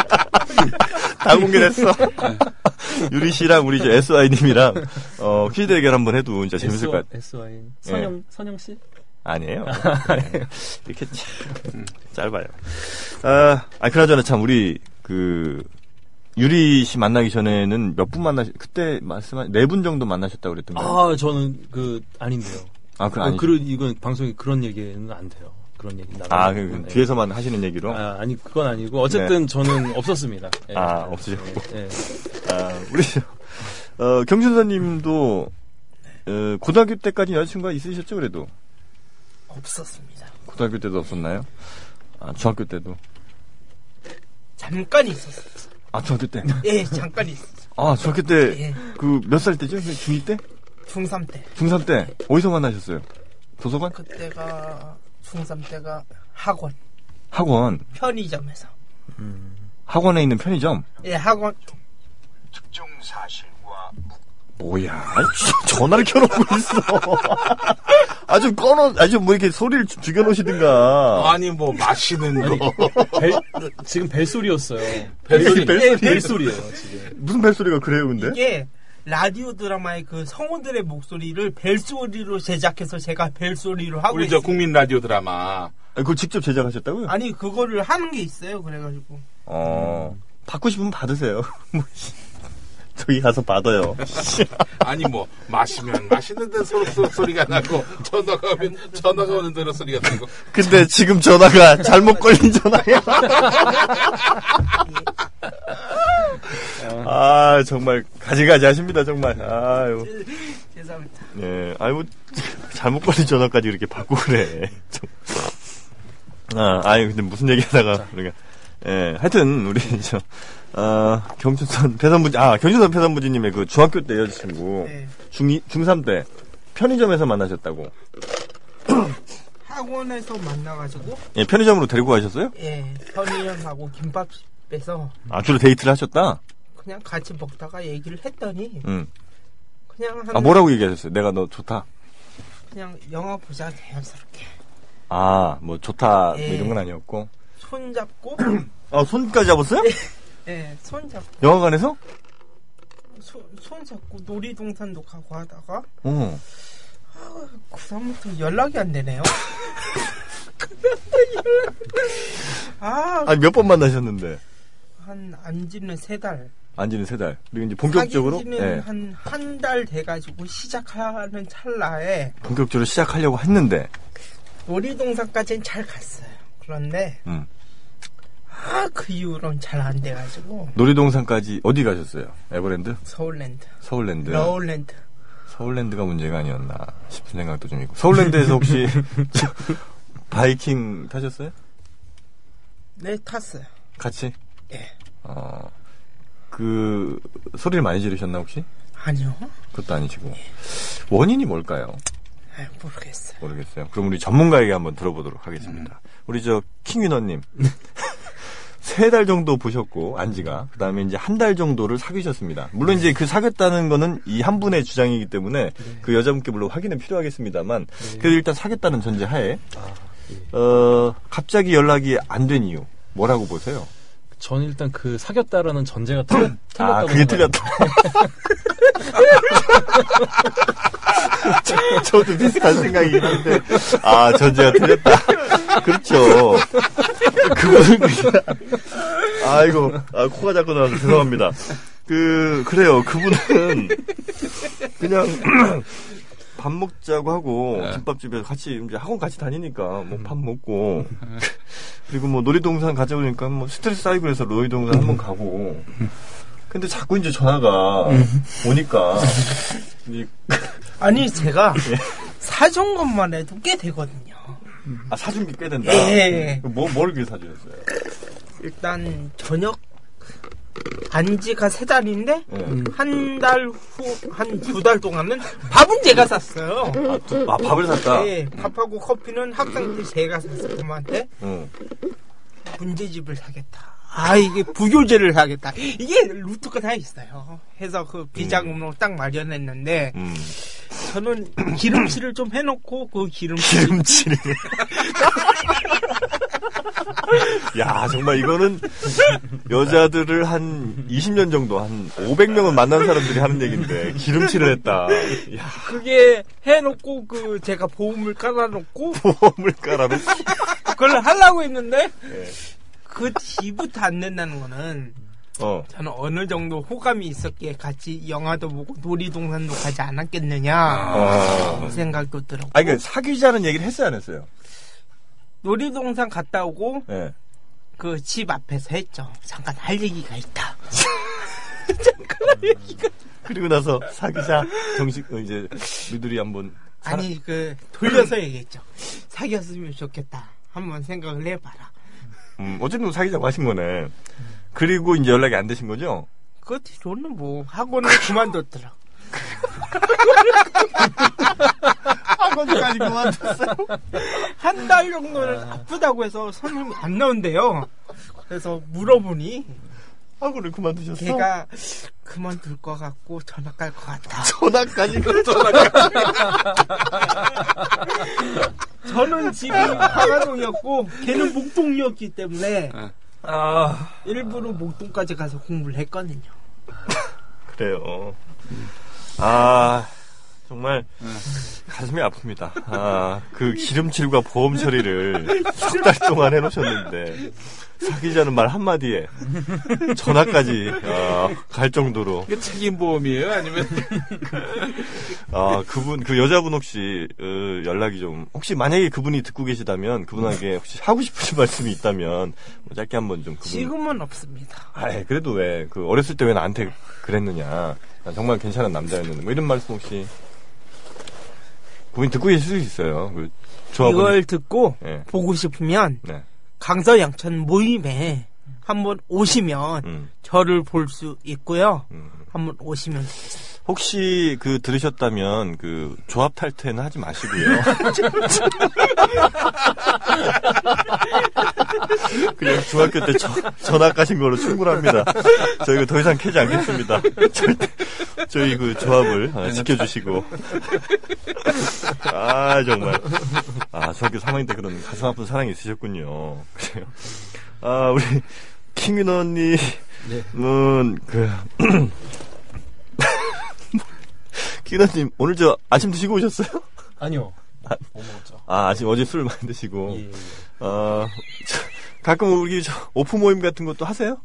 S2: 다 공개됐어. 유리 씨랑 우리 이제 SI 님이랑 어, 퀴즈 대결 한번 해도 진짜 재밌을 것 같아. 예.
S5: SY 선영 선영 씨?
S2: 아니에요. 음. 네. 이렇게 참 짧아요. 아, 아 그나저나 참 우리 그 유리 씨 만나기 전에는 몇 분 만나 그때 말씀한 네 분 정도 만나셨다고 그랬던가요?
S5: 아 저는 그 아닌데요.
S2: 아, 그 아니.
S5: 그런 이건 방송에 그런 얘기는 안 돼요. 그런 얘기 나.
S2: 아, 그, 그 뒤에서만 하시는 얘기로.
S5: 아, 아니 그건 아니고 어쨌든 저는 없었습니다. 예.
S2: 아, 없으셨고.
S5: 예.
S2: 아, 우리 저, 어, 경준사님도 어, 고등학교 때까지 여자친구가 있으셨죠 그래도
S3: 없었습니다.
S2: 고등학교 때도 없었나요? 아 중학교 때도
S3: 잠깐 있었어요.
S2: 아 중학교 때.
S3: 예, 잠깐 있었어요.
S2: 아 중학교
S3: 예.
S2: 때 그 몇 살 때죠? 중2 때?
S3: 중3 때.
S2: 중3 때 어디서 만나셨어요? 도서관?
S3: 그때가 중3 때가 학원
S2: 학원
S3: 편의점에서
S2: 학원에 있는 편의점
S3: 예 학원
S2: 뭐야 전화를 켜놓고 있어 아주 꺼놓 아주 뭐 이렇게 소리를 주- 죽여놓으시든가
S4: 아니 뭐 마시는 거
S5: 벨, 지금 벨 소리였어요.
S4: 벨소리.
S5: 벨 소리예요 지금.
S2: 무슨 벨소리가 그래요 근데?
S3: 이게 라디오 드라마의 그 성우들의 목소리를 벨소리로 제작해서 제가 벨소리로 하고
S4: 우리 저
S3: 있어요.
S4: 국민 라디오 드라마
S2: 아, 그걸 직접 제작하셨다고요?
S3: 아니 그거를 하는 게 있어요. 그래가지고
S2: 어, 받고 싶으면 받으세요. 뭐, 씨. 저기 가서 받아요.
S4: 아니 뭐 마시면 마시는 데 소리, 소- 소리가 나고 전화가 오면 전화가 오는 대로 소리가 나고
S2: 근데 지금 전화가 잘못 걸린 전화야. 아, 정말 가지가지 하십니다, 정말. 아유.
S3: 죄송합니다.
S2: 예, 아유, 잘못 걸린 전화까지 이렇게 받고 그래. 좀. 아, 아유, 근데 무슨 얘기 하다가, 우리가. 예, 하여튼, 우리, 저, 아, 경춘선 배선부지, 아, 경춘선 배선부지님의 그 중학교 때 여자친구,
S3: 네.
S2: 중2, 중3 때 편의점에서 만나셨다고.
S3: 학원에서 만나가지고
S2: 예, 편의점으로 데리고 가셨어요?
S3: 예 편의점하고 김밥집에서
S2: 아, 주로 데이트를 하셨다?
S3: 그냥 같이 먹다가 얘기를 했더니
S2: 응.
S3: 그냥 하는
S2: 음. 아, 뭐라고 얘기하셨어요? 내가 너 좋다.
S3: 그냥 영화 보자 자연스럽게
S2: 아, 뭐 좋다, 뭐
S3: 예.
S2: 이런 건 아니었고.
S3: 손 잡고
S2: 아, 손까지 잡았어요?
S3: 예. 예손 잡고
S2: 영화관에서?
S3: 손, 손 잡고 놀이동산도 가고 하다가
S2: 어.
S3: 그 다음부터 연락이 안 되네요. 아,
S2: 아니, 몇 번 만나셨는데.
S3: 한, 안 지는 세 달.
S2: 안 지는 세 달. 그리고 이제 본격적으로,
S3: 사귄
S2: 예,
S3: 지는 한, 한 달 돼가지고 시작하는 찰나에
S2: 본격적으로 시작하려고 했는데,
S3: 놀이동산까지는 잘 갔어요. 그런데,
S2: 음.
S3: 아, 그 이후로는 잘 안 돼가지고,
S2: 놀이동산까지 어디 가셨어요? 에버랜드?
S3: 서울랜드,
S2: 서울랜드?
S3: 러울랜드.
S2: 서울랜드가 문제가 아니었나 싶은 생각도 좀 있고. 서울랜드에서 혹시 저, 바이킹 타셨어요?
S3: 네, 탔어요.
S2: 같이?
S3: 예.
S2: 어, 그, 소리를 많이 지르셨나 혹시?
S3: 아니요.
S2: 그것도 아니시고. 원인이 뭘까요?
S3: 아, 모르겠어요.
S2: 모르겠어요. 그럼 우리 전문가에게 한번 들어보도록 하겠습니다. 우리 저 킹위너님. 세 달 정도 보셨고 안지가 그다음에 이제 한 달 정도를 사귀셨습니다. 물론 이제 그 사귀었다는 거는 이 한 분의 주장이기 때문에 그 여자분께 물론 확인은 필요하겠습니다만 그래도 일단 사귀었다는 전제하에 어 갑자기 연락이 안 된 이유 뭐라고 보세요?
S5: 전 일단 그 사귀었다라는 전제가 틀렸, 틀렸다고
S2: 아 그게
S5: 생각해요.
S2: 틀렸다. 저- 저도 비슷한 생각이긴 한데 아 전제가 틀렸다. 그렇죠. 그거는 그냥 아이고 아, 코가 자꾸 나와서 죄송합니다. 그 그래요 그분은 그냥 밥 먹자고 하고
S5: 네.
S2: 김밥집에서 같이 이제 학원 같이 다니니까 뭐 밥
S5: 음.
S2: 먹고
S5: 네.
S2: 그리고 뭐 놀이동산 가져오니까 뭐 스트레스 쌓이고 그래서 놀이동산 한번 가고 근데 자꾸 이제 전화가 오니까 이제
S3: 아니, 제가
S2: 예.
S3: 사준 것만 해도 꽤 되거든요.
S2: 아, 사준 게 꽤 된다.
S3: 예.
S2: 뭐, 뭘 그렇게 사주셨어요?
S3: 일단, 저녁, 안지가 세 달인데,
S2: 예.
S3: 한 달 후, 한 두 달 동안은 밥은 제가 샀어요.
S2: 아, 밥을 샀다?
S3: 예, 밥하고 커피는 학생 때 제가 샀어요. 엄마한테.
S2: 응.
S3: 문제집을 사겠다. 아, 이게 부교재를 사겠다. 이게 루트가 다 있어요. 해서 그 비자금으로 딱 마련했는데,
S2: 음.
S3: 저는 기름칠을 좀 해놓고, 그 기름칠.
S2: 기름칠이. 야, 정말 이거는 여자들을 한 20년 정도, 한 500명은 만난 사람들이 하는 얘기인데, 기름칠을 했다. 야,
S3: 그게 해놓고, 그, 제가 보험을 깔아놓고,
S2: 보험을 깔아놓고.
S3: 그걸 하려고 했는데,
S2: 예.
S3: 그 뒤부터 안 된다는 거는,
S2: 어.
S3: 저는 어느 정도 호감이 있었기에 같이 영화도 보고 놀이동산도 가지
S2: 아.
S3: 않았겠느냐, 그 생각도 들었고,
S2: 아니, 그, 사귀자는 얘기를 했어요, 안 했어요?
S3: 놀이동산 갔다 오고,
S2: 예.
S3: 그 집 앞에서 했죠. 잠깐 할 얘기가 있다.
S2: 그리고 나서 사귀자 정식 어, 이제 미들이 한번 사람-
S3: 아니 그 돌려서 얘기했죠. 사귀었으면 좋겠다. 한번 생각을 해봐라.
S2: 음, 어쨌든 사귀자고 하신 거네. 그리고 이제 연락이 안 되신 거죠?
S3: 그 뒤로는 뭐 학원을 그만뒀더라.
S2: 학원까지 그만뒀어요.
S3: 한 달 정도는 아프다고 해서 선생님이 안 나온대요. 그래서 물어보니
S2: 학원을 그만두셨어.
S3: 걔가 그만둘 것 같고 전화 갈 것 같다.
S2: 전학까지
S3: 저는 집이 화가동이었고 걔는 목동이었기 때문에
S4: 아.
S3: 아, 일부러 목동까지 가서 공부를 했거든요.
S2: 그래요.
S3: 음.
S2: 아 정말 가슴이 아픕니다. 아그 기름칠과 보험 처리를 석 달 동안 해놓으셨는데 사귀자는 말 한마디에 전화까지 아, 갈 정도로
S4: 이게 책임보험이에요? 아니면
S2: 아, 그분, 그 여자분 혹시, 어, 연락이 좀, 혹시 만약에 그분이 듣고 계시다면, 그분에게 혹시 하고 싶으신 말씀이 있다면, 뭐 짧게 한번 좀 그분.
S3: 지금은 없습니다.
S2: 아이, 그래도 왜, 그, 어렸을 때 왜 나한테 그랬느냐. 난 정말 괜찮은 남자였는데, 뭐 이런 말씀 혹시. 그분이 듣고 계실 수 있어요. 그, 조합은.
S3: 이걸 듣고
S2: 예.
S3: 보고 싶으면
S2: 네.
S3: 강서양천 모임에 한번 오시면
S2: 음,
S3: 저를 볼 수 있고요.
S2: 음.
S3: 한번 오시면
S2: 혹시 그 들으셨다면 그 조합 탈퇴는 하지 마시고요. 그냥 중학교 때 전- 전학 가신 걸로 충분합니다. 저희가 그 더 이상 캐지 않겠습니다. 절대 저희 그 조합을 아, 지켜주시고. 아 정말. 아 중학교 3학년 때 그런 가슴 아픈 사랑이 있으셨군요. 그래요. 아 우리 킹윤언니는 그 키노님 오늘 저 아침 드시고 오셨어요?
S5: 아니요. 못 먹었죠.
S2: 아 아침 어제 술 많이 드시고
S5: 예.
S2: 아, 저, 가끔 우리 저 오프 모임 같은 것도 하세요?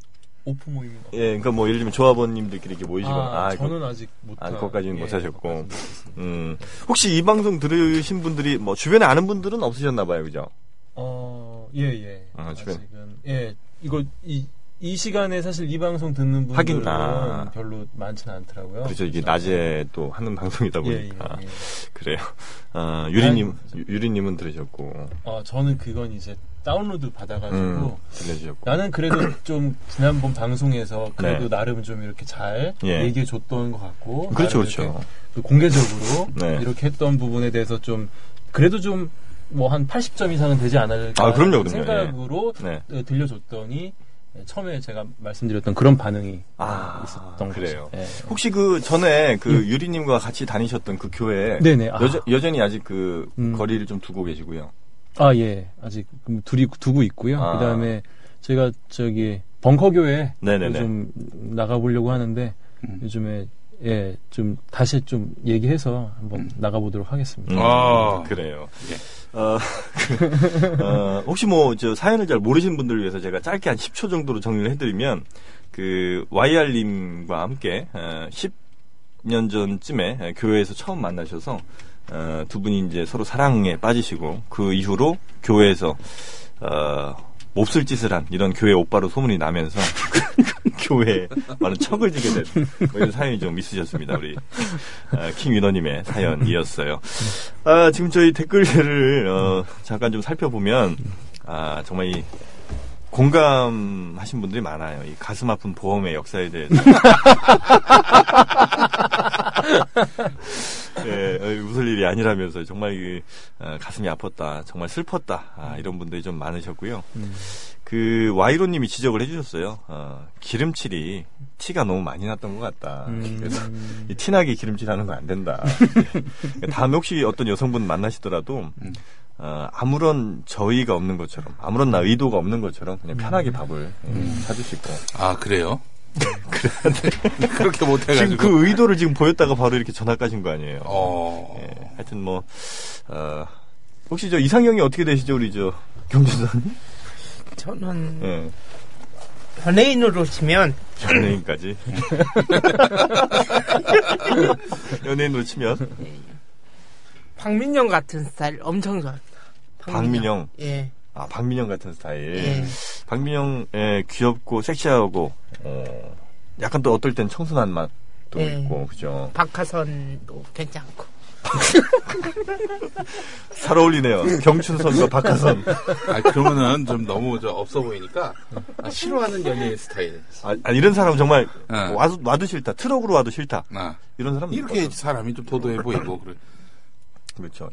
S5: 오프 모임.
S2: 예, 그러니까 뭐 예를 들면 조합원님들끼리 이렇게 모이시거나
S5: 아,
S2: 이거-
S5: 저는 아직 못.
S2: 아,
S5: 하-
S2: 그것까지는
S5: 예,
S2: 못 하셨고.
S5: 그것까지는 못했어요.
S2: 음, 혹시 이 방송 들으신 분들이 뭐 주변에 아는 분들은 없으셨나 봐요, 그죠?
S5: 어, 예, 예.
S2: 아,
S5: 아,
S2: 주변.
S5: 직은 예, 이거 이. 이 시간에 사실 이 방송 듣는 분들은
S2: 하긴, 아.
S5: 별로 많지는 않더라고요.
S2: 그렇죠, 이게 낮에 또 하는 방송이다
S5: 예, 네, 예,
S2: 보니까.
S5: 예.
S2: 그래요. 아, 유리님, 유- 유리님은 들으셨고,
S5: 어, 저는 그건 이제 다운로드 받아가지고
S2: 음, 들려주셨고.
S5: 나는 그래도 좀 지난번 방송에서
S2: 네.
S5: 그래도 나름 좀 이렇게 잘
S2: 예.
S5: 얘기해 줬던 것 같고
S2: 그렇죠,
S5: 나름 이렇게
S2: 그렇죠.
S5: 그 공개적으로
S2: 네.
S5: 이렇게 했던 부분에 대해서 좀 그래도 좀 뭐 한 80점 이상은 되지 않을까
S2: 아, 그럼요, 그럼요.
S5: 생각으로
S2: 네.
S5: 어, 들려줬더니 처음에 제가 말씀드렸던 그런 반응이
S2: 아,
S5: 있었던
S2: 그래요.
S5: 거죠. 예.
S2: 혹시 그 전에 그 유리님과 같이 다니셨던 그 교회
S5: 음. 네네. 아.
S2: 여전, 여전히 아직 그
S5: 음.
S2: 거리를 좀 두고 계시고요.
S5: 아, 예. 아직 음, 둘이 두고 있고요.
S2: 아.
S5: 그 다음에 제가 저기 벙커교회
S2: 네네네.
S5: 요즘 나가보려고 하는데
S4: 음.
S5: 요즘에 예, 좀 다시 좀 얘기해서 한번 나가보도록 하겠습니다.
S4: 아.
S2: 음, 그래요. 어, 그, 어, 혹시 뭐, 저 사연을 잘 모르신 분들을 위해서 제가 짧게 한 10초 정도로 정리를 해드리면, 그, YR님과 함께, 어, 10년 전쯤에 에, 교회에서 처음 만나셔서, 어, 두 분이 이제 서로 사랑에 빠지시고, 그 이후로 교회에서, 어, 몹쓸 짓을 한 이런 교회 오빠로 소문이 나면서 교회에 많은 척을 지게 된뭐 이런 사연이 좀 있으셨습니다. 우리 어, 킹 위너님의 사연이었어요. 아, 지금 저희 댓글을 어, 잠깐 좀 살펴보면 아, 정말 이 공감하신 분들이 많아요. 이 가슴 아픈 보험의 역사에 대해서. 예, 어, 웃을 일이 아니라면서 정말 그, 어, 가슴이 아팠다, 정말 슬펐다 아, 이런 분들이 좀 많으셨고요. 그 와이로님이 지적을 해주셨어요. 어, 기름칠이 티가 너무 많이 났던 것 같다. 그래서 이 티나게 기름칠하는 건 안 된다. 예. 다음에 혹시 어떤 여성분 만나시더라도 어, 아무런 저의가 없는 것처럼, 아무런 나 의도가 없는 것처럼 그냥 편하게 밥을 예, 사주시고.
S4: 아 그래요? 그래. 그렇게 못해가지고.
S2: 지금 그 의도를 지금 보였다가 바로 이렇게 전화 까신 거 아니에요.
S4: 어.
S2: 예, 하여튼 뭐 어, 혹시 저 이상형이 어떻게 되시죠 우리 저 경준사님?
S3: 저는
S2: 예,
S3: 연예인으로 치면
S2: 연예인까지 연예인으로 치면
S3: 박민영 같은 스타일 엄청 좋아합니다.
S2: 박민영
S3: 예.
S2: 아 박민영 같은 스타일
S3: 예.
S2: 박민영 예, 귀엽고 섹시하고 어, 약간 또 어떨 땐 청순한 맛도
S3: 예.
S2: 있고 그죠
S3: 박하선도 괜찮고.
S2: 잘 어울리네요 경춘선과 박하선
S4: 아 그러면은 좀 너무 저 없어 보이니까 아, 싫어하는 연예인 스타일.
S2: 아, 아, 이런 사람 정말
S4: 예.
S2: 와도, 와도 싫다 트럭으로 와도 싫다
S4: 아,
S2: 이런 사람
S4: 이렇게 사람이 좀 도도해 보이고 그래.
S2: 그렇죠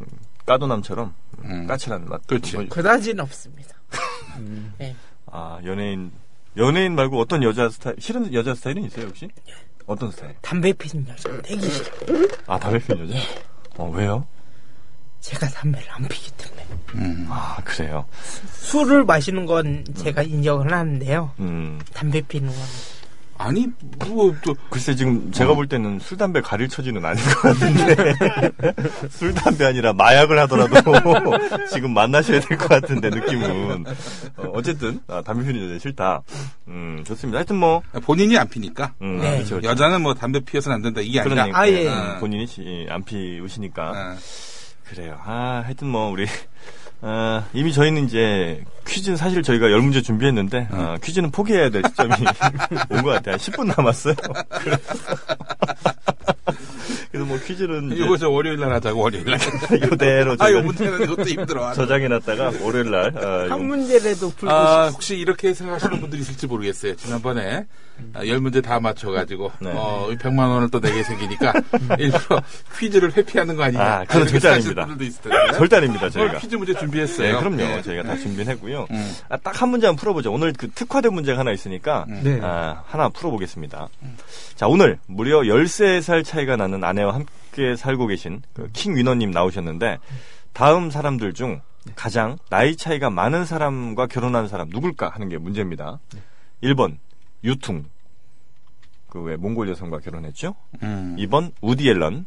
S2: 음, 까도남처럼
S4: 음.
S2: 까칠한 맛
S4: 그렇지.
S2: 뭐,
S3: 그다지는 없습니다. 예.
S2: 아 연예인 연예인 말고 어떤 여자 스타일 싫은 여자 스타일은 있어요 혹시? 어떤 스타일?
S3: 담배 피는 여자 되게 싫어.
S2: 아 담배 피는 여자? 어 왜요?
S3: 제가 담배를 안 피기 때문에.
S4: 음.
S2: 아 그래요.
S3: 술을 마시는 건 제가 인정을 하는데요.
S2: 음
S3: 담배 피는 건
S4: 아니 뭐또
S2: 글쎄 지금 제가 볼 때는 술 담배 가릴 처지는 아닌 것 같은데 술 담배 아니라 마약을 하더라도 지금 만나셔야 될 것 같은데 느낌은 어, 쨌든 아, 담배 피는 여자 싫다. 음 좋습니다. 하여튼 뭐
S4: 본인이 안 피니까.
S2: 음,
S3: 네.
S2: 그렇죠.
S4: 여자는 뭐 담배 피워서는 안 된다 이게 아니라.
S2: 그러니까
S3: 아, 예.
S2: 음, 본인이 시- 안 피우시니까
S4: 아,
S2: 그래요. 아, 하여튼 뭐 우리 아, 이미 저희는 이제 퀴즈는 사실 저희가 열 문제 준비했는데 아, 퀴즈는 포기해야 될 시점이 온 것 같아요. 한 10분 남았어요. 그래서, 그래서 뭐 퀴즈는 이제
S4: 이거 저 아, 월요일 날 하자고 월요일 날.
S2: 이거대로
S4: 아,
S2: 저희가
S4: 요 문제는 이것도 힘들어.
S2: 저장해놨다가 월요일 날 아,
S3: 한
S2: 이거-
S3: 문제라도 풀고
S4: 아,
S3: 싶어.
S4: 혹시 이렇게 생각하시는 분들이 있을지 모르겠어요. 지난번에 아, 열 문제 다 맞춰가지고
S2: 네.
S4: 어, 100만 원을 또 내게 생기니까 일부러 퀴즈를 회피하는 거 아니냐.
S2: 아, 그건
S4: 이렇게
S2: 절대
S4: 생각하시는
S2: 아닙니다.
S4: 분들도 있을 텐데.
S2: 절대 아닙니다
S4: 오늘
S2: 저희가.
S4: 퀴즈 문제 준비했어요.
S2: 네, 그럼요.
S4: 예.
S2: 저희가 다 준비했고요.
S4: 음.
S2: 아, 딱 한 문제 한번 풀어보죠. 오늘 그 특화된 문제가 하나 있으니까
S5: 네.
S2: 아, 하나 풀어보겠습니다. 자, 오늘 무려 13살 차이가 나는 아내와 함께 살고 계신 그 킹위너님 나오셨는데 다음 사람들 중 가장 나이 차이가 많은 사람과 결혼한 사람 누굴까 하는 게 문제입니다. 1번 유퉁 그 왜 몽골 여성과 결혼했죠?
S4: 음.
S2: 2번 우디 앨런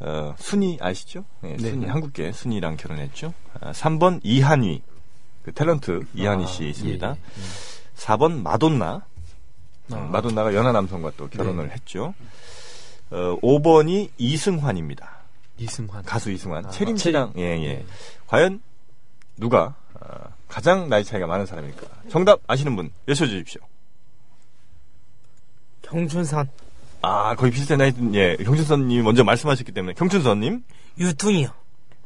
S2: 어, 순이 아시죠? 네,
S5: 음. 네.
S2: 순이 한국계 순이랑 결혼했죠. 아, 3번 이한희 그 탤런트 이한희
S5: 아,
S2: 씨
S5: 예,
S2: 있습니다. 4번 마돈나
S5: 아.
S2: 어, 마돈나가 연하 남성과 또 결혼을
S5: 네.
S2: 했죠. 어, 5번이 이승환입니다.
S5: 이승환.
S2: 가수 이승환
S5: 아,
S2: 체림
S5: 체림. 음.
S2: 씨랑 예예 과연 누가 어, 가장 나이 차이가 많은 사람일까? 정답 아시는 분 외쳐주십시오.
S3: 경춘선.
S2: 아, 거의 비슷한 나이, 예. 경춘선님 먼저 말씀하셨기 때문에. 경춘선님,
S3: 유통이요.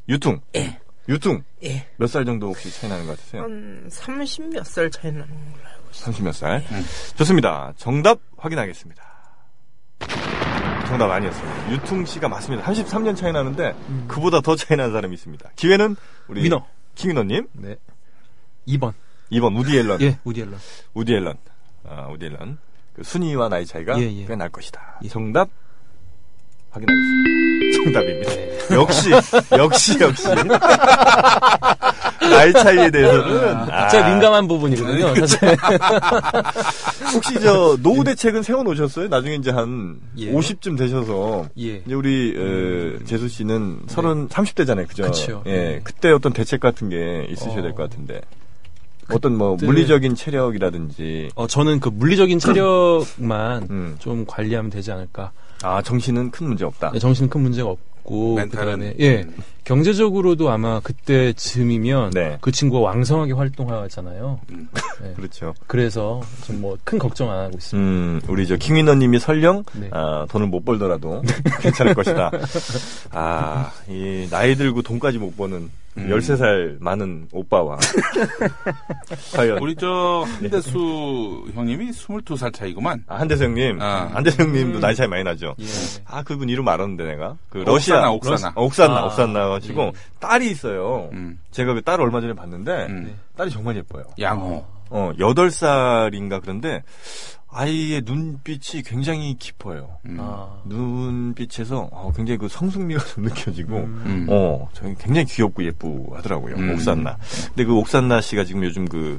S2: 유퉁.
S3: 예.
S2: 유퉁.
S3: 예.
S2: 몇 살 정도 혹시 차이 나는 것
S5: 음.
S2: 같으세요?
S3: 한 30 몇 살 차이 나는 걸로 알고 있어요.
S2: 30몇 살.
S5: 음.
S2: 좋습니다. 정답 확인하겠습니다. 정답 아니었습니다. 유퉁 씨가 맞습니다. 33년 차이 나는데,
S5: 음.
S2: 그보다 더 차이 나는 사람이 있습니다. 기회는 우리.
S5: 위너.
S2: 키위너님.
S5: 네. 2번.
S2: 2번 우디 앨런.
S5: 예, 우디 앨런.
S2: 우디 앨런. 아, 우디 앨런. 그 순위와 나이 차이가
S5: 예, 예.
S2: 꽤 날 것이다.
S5: 예.
S2: 정답 확인하겠습니다. 정답입니다.
S5: 예.
S2: 역시, 역시, 역시. 나이 차이에 대해서는.
S5: 아,
S2: 아,
S5: 진짜 민감한 부분이거든요. 사실.
S2: 혹시 저 노후 대책은 세워놓으셨어요? 나중에 이제 한
S5: 예.
S2: 50쯤 되셔서
S5: 예.
S2: 이제 우리 어, 재수 씨는 서른 30대잖아요, 네. 그죠?
S5: 그쵸.
S2: 예, 그때 어떤 대책 같은 게 있으셔야
S5: 어.
S2: 될 것 같은데 어떤 뭐
S5: 그때-
S2: 물리적인 체력이라든지
S5: 어, 저는 그 물리적인 체력만
S2: 음.
S5: 좀 관리하면 되지 않을까.
S2: 아 정신은 큰 문제 없다.
S5: 네, 정신은 큰 문제가 없고
S4: 멘탈은
S5: 그다음에 예 경제적으로도 아마 그때쯤이면
S2: 네.
S5: 그 친구가 왕성하게 활동하잖아요.
S2: 그렇죠.
S5: 그래서 좀 뭐 큰 걱정 안 하고 있습니다.
S2: 음, 우리 저 킹위너님이 설령
S5: 네.
S2: 아, 돈을 못 벌더라도 괜찮을 것이다. 아, 이 나이 들고 돈까지 못 버는
S4: 음.
S2: 13살 많은 오빠와 과연
S4: 우리 저 한대수 형님이 22살 차이구만.
S2: 아, 한대성님,
S4: 아.
S2: 한대성님도 나이 차이 많이 나죠.
S5: 예.
S2: 아 그분 이름 알았는데 내가 그
S4: 옥사나
S2: 러시아
S4: 옥사나.
S2: 어, 옥산나
S5: 아.
S2: 옥산나 가지고
S5: 예.
S2: 딸이 있어요.
S4: 음,
S2: 제가 그 딸을 얼마 전에 봤는데
S4: 음.
S2: 딸이 정말 예뻐요.
S4: 양호.
S2: 어 여덟 살인가 그런데 아이의 눈빛이 굉장히 깊어요.
S4: 음.
S5: 아,
S2: 눈빛에서 어, 굉장히 그 성숙미가 좀 느껴지고
S4: 음.
S2: 어, 저는 굉장히 귀엽고 예쁘하더라고요.
S4: 음.
S2: 옥산나. 근데 그 옥산나 씨가 지금 요즘 그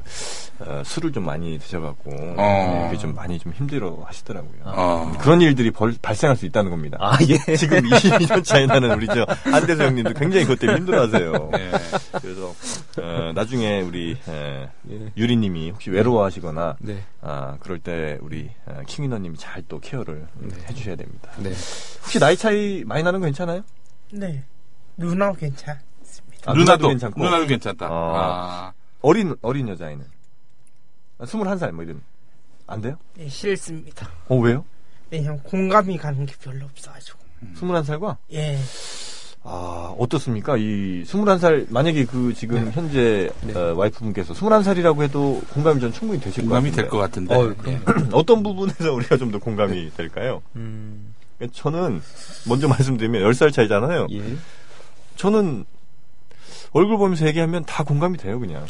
S2: 어, 술을 좀 많이 드셔갖고
S4: 어.
S2: 이게 좀 많이 좀 힘들어 하시더라고요.
S4: 어.
S2: 그런 일들이 벌- 발생할 수 있다는 겁니다.
S5: 아 예.
S4: 네.
S2: 지금 22년 차이 나는 우리 저 안대수 형님도 굉장히 그것 때문에 힘들어하세요.
S4: 예.
S2: 그래서 어, 나중에 우리 에, 유리님이 혹시 외로워하시거나
S5: 예. 네.
S2: 아, 그럴 때 우리 어, 킹이너님이 잘 또 케어를 해주셔야 됩니다.
S5: 네.
S2: 혹시 나이 차이 많이 나는 거 괜찮아요?
S3: 네. 누나 괜찮습니다.
S2: 아,
S4: 누나도
S2: 괜찮고
S4: 누나도 괜찮다.
S2: 아.
S4: 아.
S2: 어린 어린 여자아이는 아, 21살 뭐 이런 안 돼요?
S3: 네, 싫습니다.
S2: 어 왜요?
S3: 왜냐면 공감이 가는 게 별로 없어가지고.
S2: 21살과
S3: 예.
S2: 아, 어떻습니까? 이 21살 만약에 그 지금
S4: 네.
S2: 현재 어, 와이프분께서 21살이라고 해도 공감이 전 충분히 되실 것
S4: 공감이
S2: 같은데.
S4: 될 것 네. 같은데.
S5: 어, 그럼요.
S2: 어떤 부분에서 우리가 좀 더 공감이 될까요?
S5: 음,
S2: 저는 먼저 말씀드리면 10살 차이잖아요.
S5: 예.
S2: 저는 얼굴 보면서 얘기하면 다 공감이 돼요, 그냥.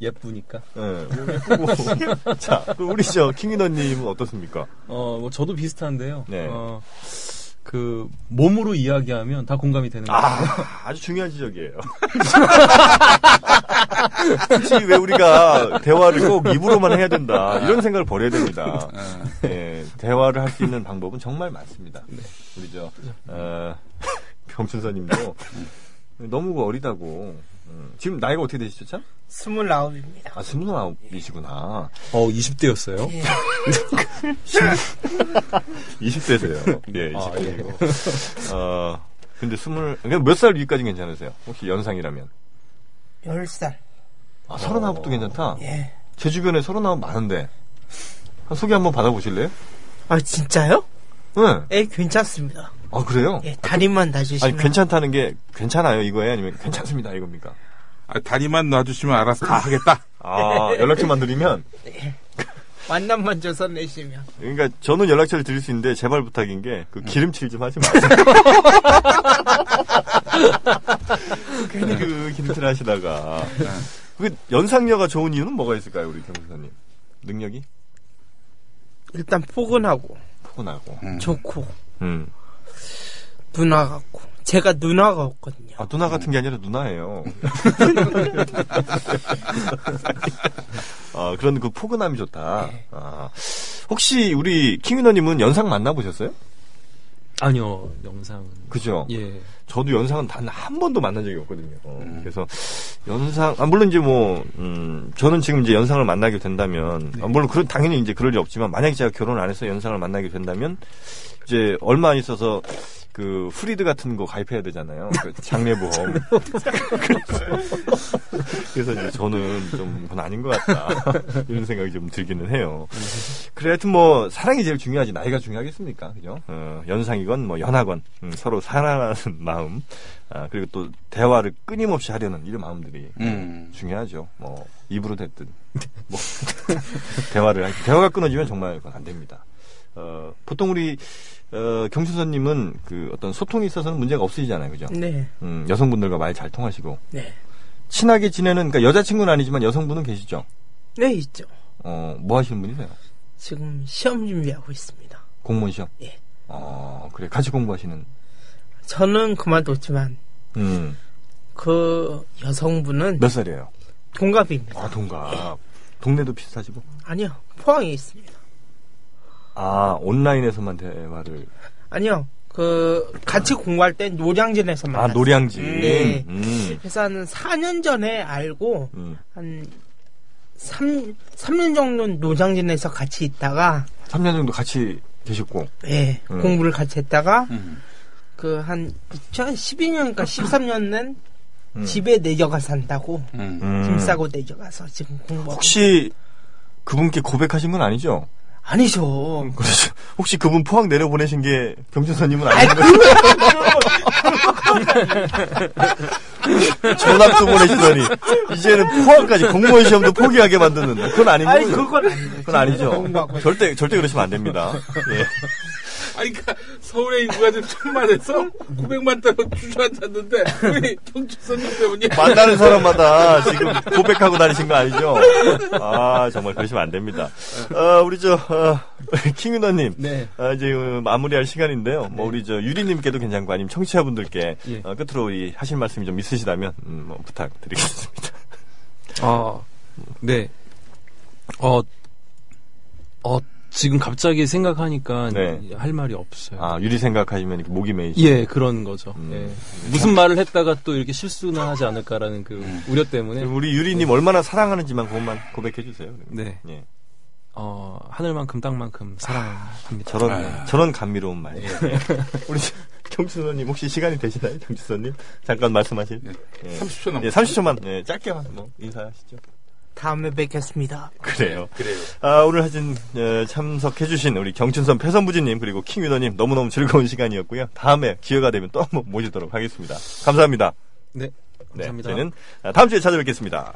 S5: 예쁘니까.
S2: 예, 몸이 예쁘고. 자, 그럼 우리 저 킹이너님은 어떻습니까?
S5: 어, 뭐 저도 비슷한데요.
S2: 네.
S5: 어, 그 몸으로 이야기하면 다 공감이 되는 거예요.
S2: 아, 아주 중요한 지적이에요. 혹시 왜 우리가 대화를 꼭 입으로만 해야 된다. 이런 생각을 버려야 됩니다. 예, 대화를 할 수 있는 방법은 정말 많습니다. 우리 저, 어, 병춘서님도 너무 그 어리다고. 음, 지금 나이가 어떻게 되시죠, 참?
S3: 스물아홉입니다.
S2: 아, 스물아홉이시구나.
S5: 어, 20대였어요.
S3: 예.
S2: 20대세요.
S5: 네,
S2: 예,
S5: 아,
S2: 20대고. 어, 근데 스물, 몇살 위까지 괜찮으세요? 혹시 연상이라면?
S3: 열 살.
S2: 아, 서른아홉도 괜찮다?
S3: 예.
S2: 제 주변에 서른아홉 많은데. 한 소개 한번 받아보실래요?
S3: 아, 진짜요?
S2: 응.
S3: 예, 괜찮습니다.
S2: 아, 그래요?
S3: 예, 다리만 다주시면.
S2: 아니, 괜찮다는 게, 괜찮아요, 이거예요? 아니면 괜찮습니다, 이겁니까?
S4: 아, 다리만 놔주시면 알아서 다 하겠다.
S2: 아, 연락처만 드리면?
S3: 만남만 줘서 내시면.
S2: 그러니까 저는 연락처를 드릴 수 있는데, 제발 부탁인 게, 그 기름칠 좀 하지 마세요. 괜히 그 기름칠 하시다가.
S3: 네.
S2: 그 연상녀가 좋은 이유는 뭐가 있을까요, 우리 경수사님? 능력이?
S3: 일단 포근하고,
S2: 포근하고.
S4: 음.
S3: 좋고,
S2: 음.
S3: 누나 같고. 제가 누나가 없거든요.
S2: 아, 누나 같은 게 아니라 누나예요. 아, 그런 그 포근함이 좋다. 아, 혹시 우리 킹윤호님은 연상 만나보셨어요?
S5: 아니요, 영상은.
S2: 그죠?
S5: 예.
S2: 저도 연상은 단 한 번도 만난 적이 없거든요. 어, 그래서 연상, 아, 물론 이제 뭐, 음, 저는 지금 이제 연상을 만나게 된다면, 아, 물론 그런, 당연히 이제 그럴 일 없지만, 만약에 제가 결혼 안 해서 연상을 만나게 된다면, 이제 얼마 안 있어서 그 프리드 같은 거 가입해야 되잖아요. 그 장례 보험. 그래서 이제 저는 좀 그건 아닌 것 같다 이런 생각이 좀 들기는 해요. 그래 하여튼 뭐 사랑이 제일 중요하지 나이가 중요하겠습니까? 그죠? 어, 연상이건 뭐 연하건 음, 서로 사랑하는 마음 아, 그리고 또 대화를 끊임없이 하려는 이런 마음들이
S4: 음.
S2: 중요하죠. 뭐 입으로 됐든 뭐 대화를 할- 대화가 끊어지면 정말 그건 안 됩니다. 어, 보통 우리 어, 경춘선님은 그 어떤 소통에 있어서는 문제가 없으시잖아요, 그죠?
S3: 네.
S2: 음, 여성분들과 말 잘 통하시고
S3: 네.
S2: 친하게 지내는 그러니까 여자친구는 아니지만 여성분은 계시죠.
S3: 네, 있죠.
S2: 어, 뭐 하시는 분이세요?
S3: 지금 시험 준비하고 있습니다.
S2: 공무원 시험.
S3: 예.
S2: 어, 그래 같이 공부하시는.
S3: 저는 그만뒀지만
S2: 음,
S3: 그 여성분은
S2: 몇 살이에요?
S3: 동갑입니다.
S2: 네. 아 동갑. 동네도 비슷하시고.
S3: 아니요. 포항에 있습니다.
S2: 아 온라인에서만 대화를.
S3: 아니요. 그 같이 공부할 때 노량진에서
S2: 아
S3: 만났어요.
S2: 노량진.
S3: 네.
S2: 음.
S3: 그래서 한 4년 전에 알고
S2: 음.
S3: 한 3, 삼년 정도 노량진에서 같이 있다가
S2: 3년 정도 같이 계셨고.
S3: 예,
S2: 음.
S3: 공부를 같이 했다가
S4: 음.
S3: 그 한 2012년인가 13년은
S2: 음.
S3: 집에 내려가 산다고
S4: 음.
S2: 음.
S3: 짐 싸고 내려가서 지금 공부.
S2: 혹시 그분께 고백하신 건 아니죠?
S3: 아니죠.
S2: 그렇죠. 혹시 그분 포항 내려 보내신 게 경춘선님은
S3: 아이,
S2: 아닌가요?
S3: 그,
S2: 전학도 보내시더니 이제는 포항까지 공무원 시험도 포기하게 만드는 그건 아닌
S3: 아니,
S2: 거죠?
S3: 그건 아니죠.
S2: 그건 아니죠.
S3: 공부하고
S2: 절대 절대 그러시면 안 됩니다. 예.
S4: 아니, 그니까, 서울의 인구가 지금 천만 해서 900만 달러 주저앉았는데, 우리 경축선님 때문에.
S2: 만나는 사람마다 지금 고백하고 다니신 거 아니죠? 아 정말 그러시면 안 됩니다. 어, 우리 저 어, 킹윤호님
S5: 네.
S2: 아, 이제 어, 마무리할 시간인데요. 뭐 우리 저 유리님께도 괜찮고 아니면 청취자분들께
S5: 예.
S2: 어, 끝으로 이 하실 말씀이 좀 있으시다면 음, 뭐 부탁드리겠습니다.
S5: 아, 네. 어, 어, 지금 갑자기 생각하니까
S2: 네.
S5: 할 말이 없어요.
S2: 아 유리 생각하시면 이렇게 목이 메이시.
S5: 예, 그런 거죠.
S2: 음.
S5: 예. 무슨 말을 했다가 또 이렇게 실수나 하지 않을까라는 그 우려 때문에
S2: 우리 유리님 얼마나 사랑하는지만 그것만 고백해 주세요.
S5: 네.
S2: 예.
S5: 어, 하늘만큼 땅만큼 사랑합니다.
S2: 저런 저런 감미로운 말. 우리 경춘선님 혹시 시간이 되시나요, 경춘선님? 잠깐 말씀하실.
S4: 네.
S2: 예.
S4: 30초 남았
S2: 예, 30초만 예, 짧게만 뭐 인사하시죠.
S3: 다음에 뵙겠습니다.
S2: 그래요.
S4: 그래요.
S2: 아, 오늘 하진 예, 참석해주신 우리 경춘선 패선부지님 그리고 킹위너님 너무너무 즐거운 시간이었고요. 다음에 기회가 되면 또 한번 모시도록 하겠습니다. 아, 감사합니다.
S5: 네. 감사합니다.
S2: 네, 저희는 다음 주에 찾아뵙겠습니다.